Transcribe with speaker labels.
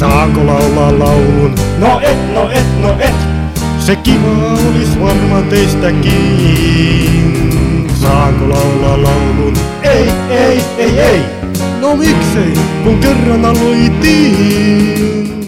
Speaker 1: Saanko laulaa laulun? No et, no et, no et. Se kiva olis varmaan teistäkin. Saanko laulaa laulun? Ei, ei, ei, ei. No miksei, kun kerran aloitin.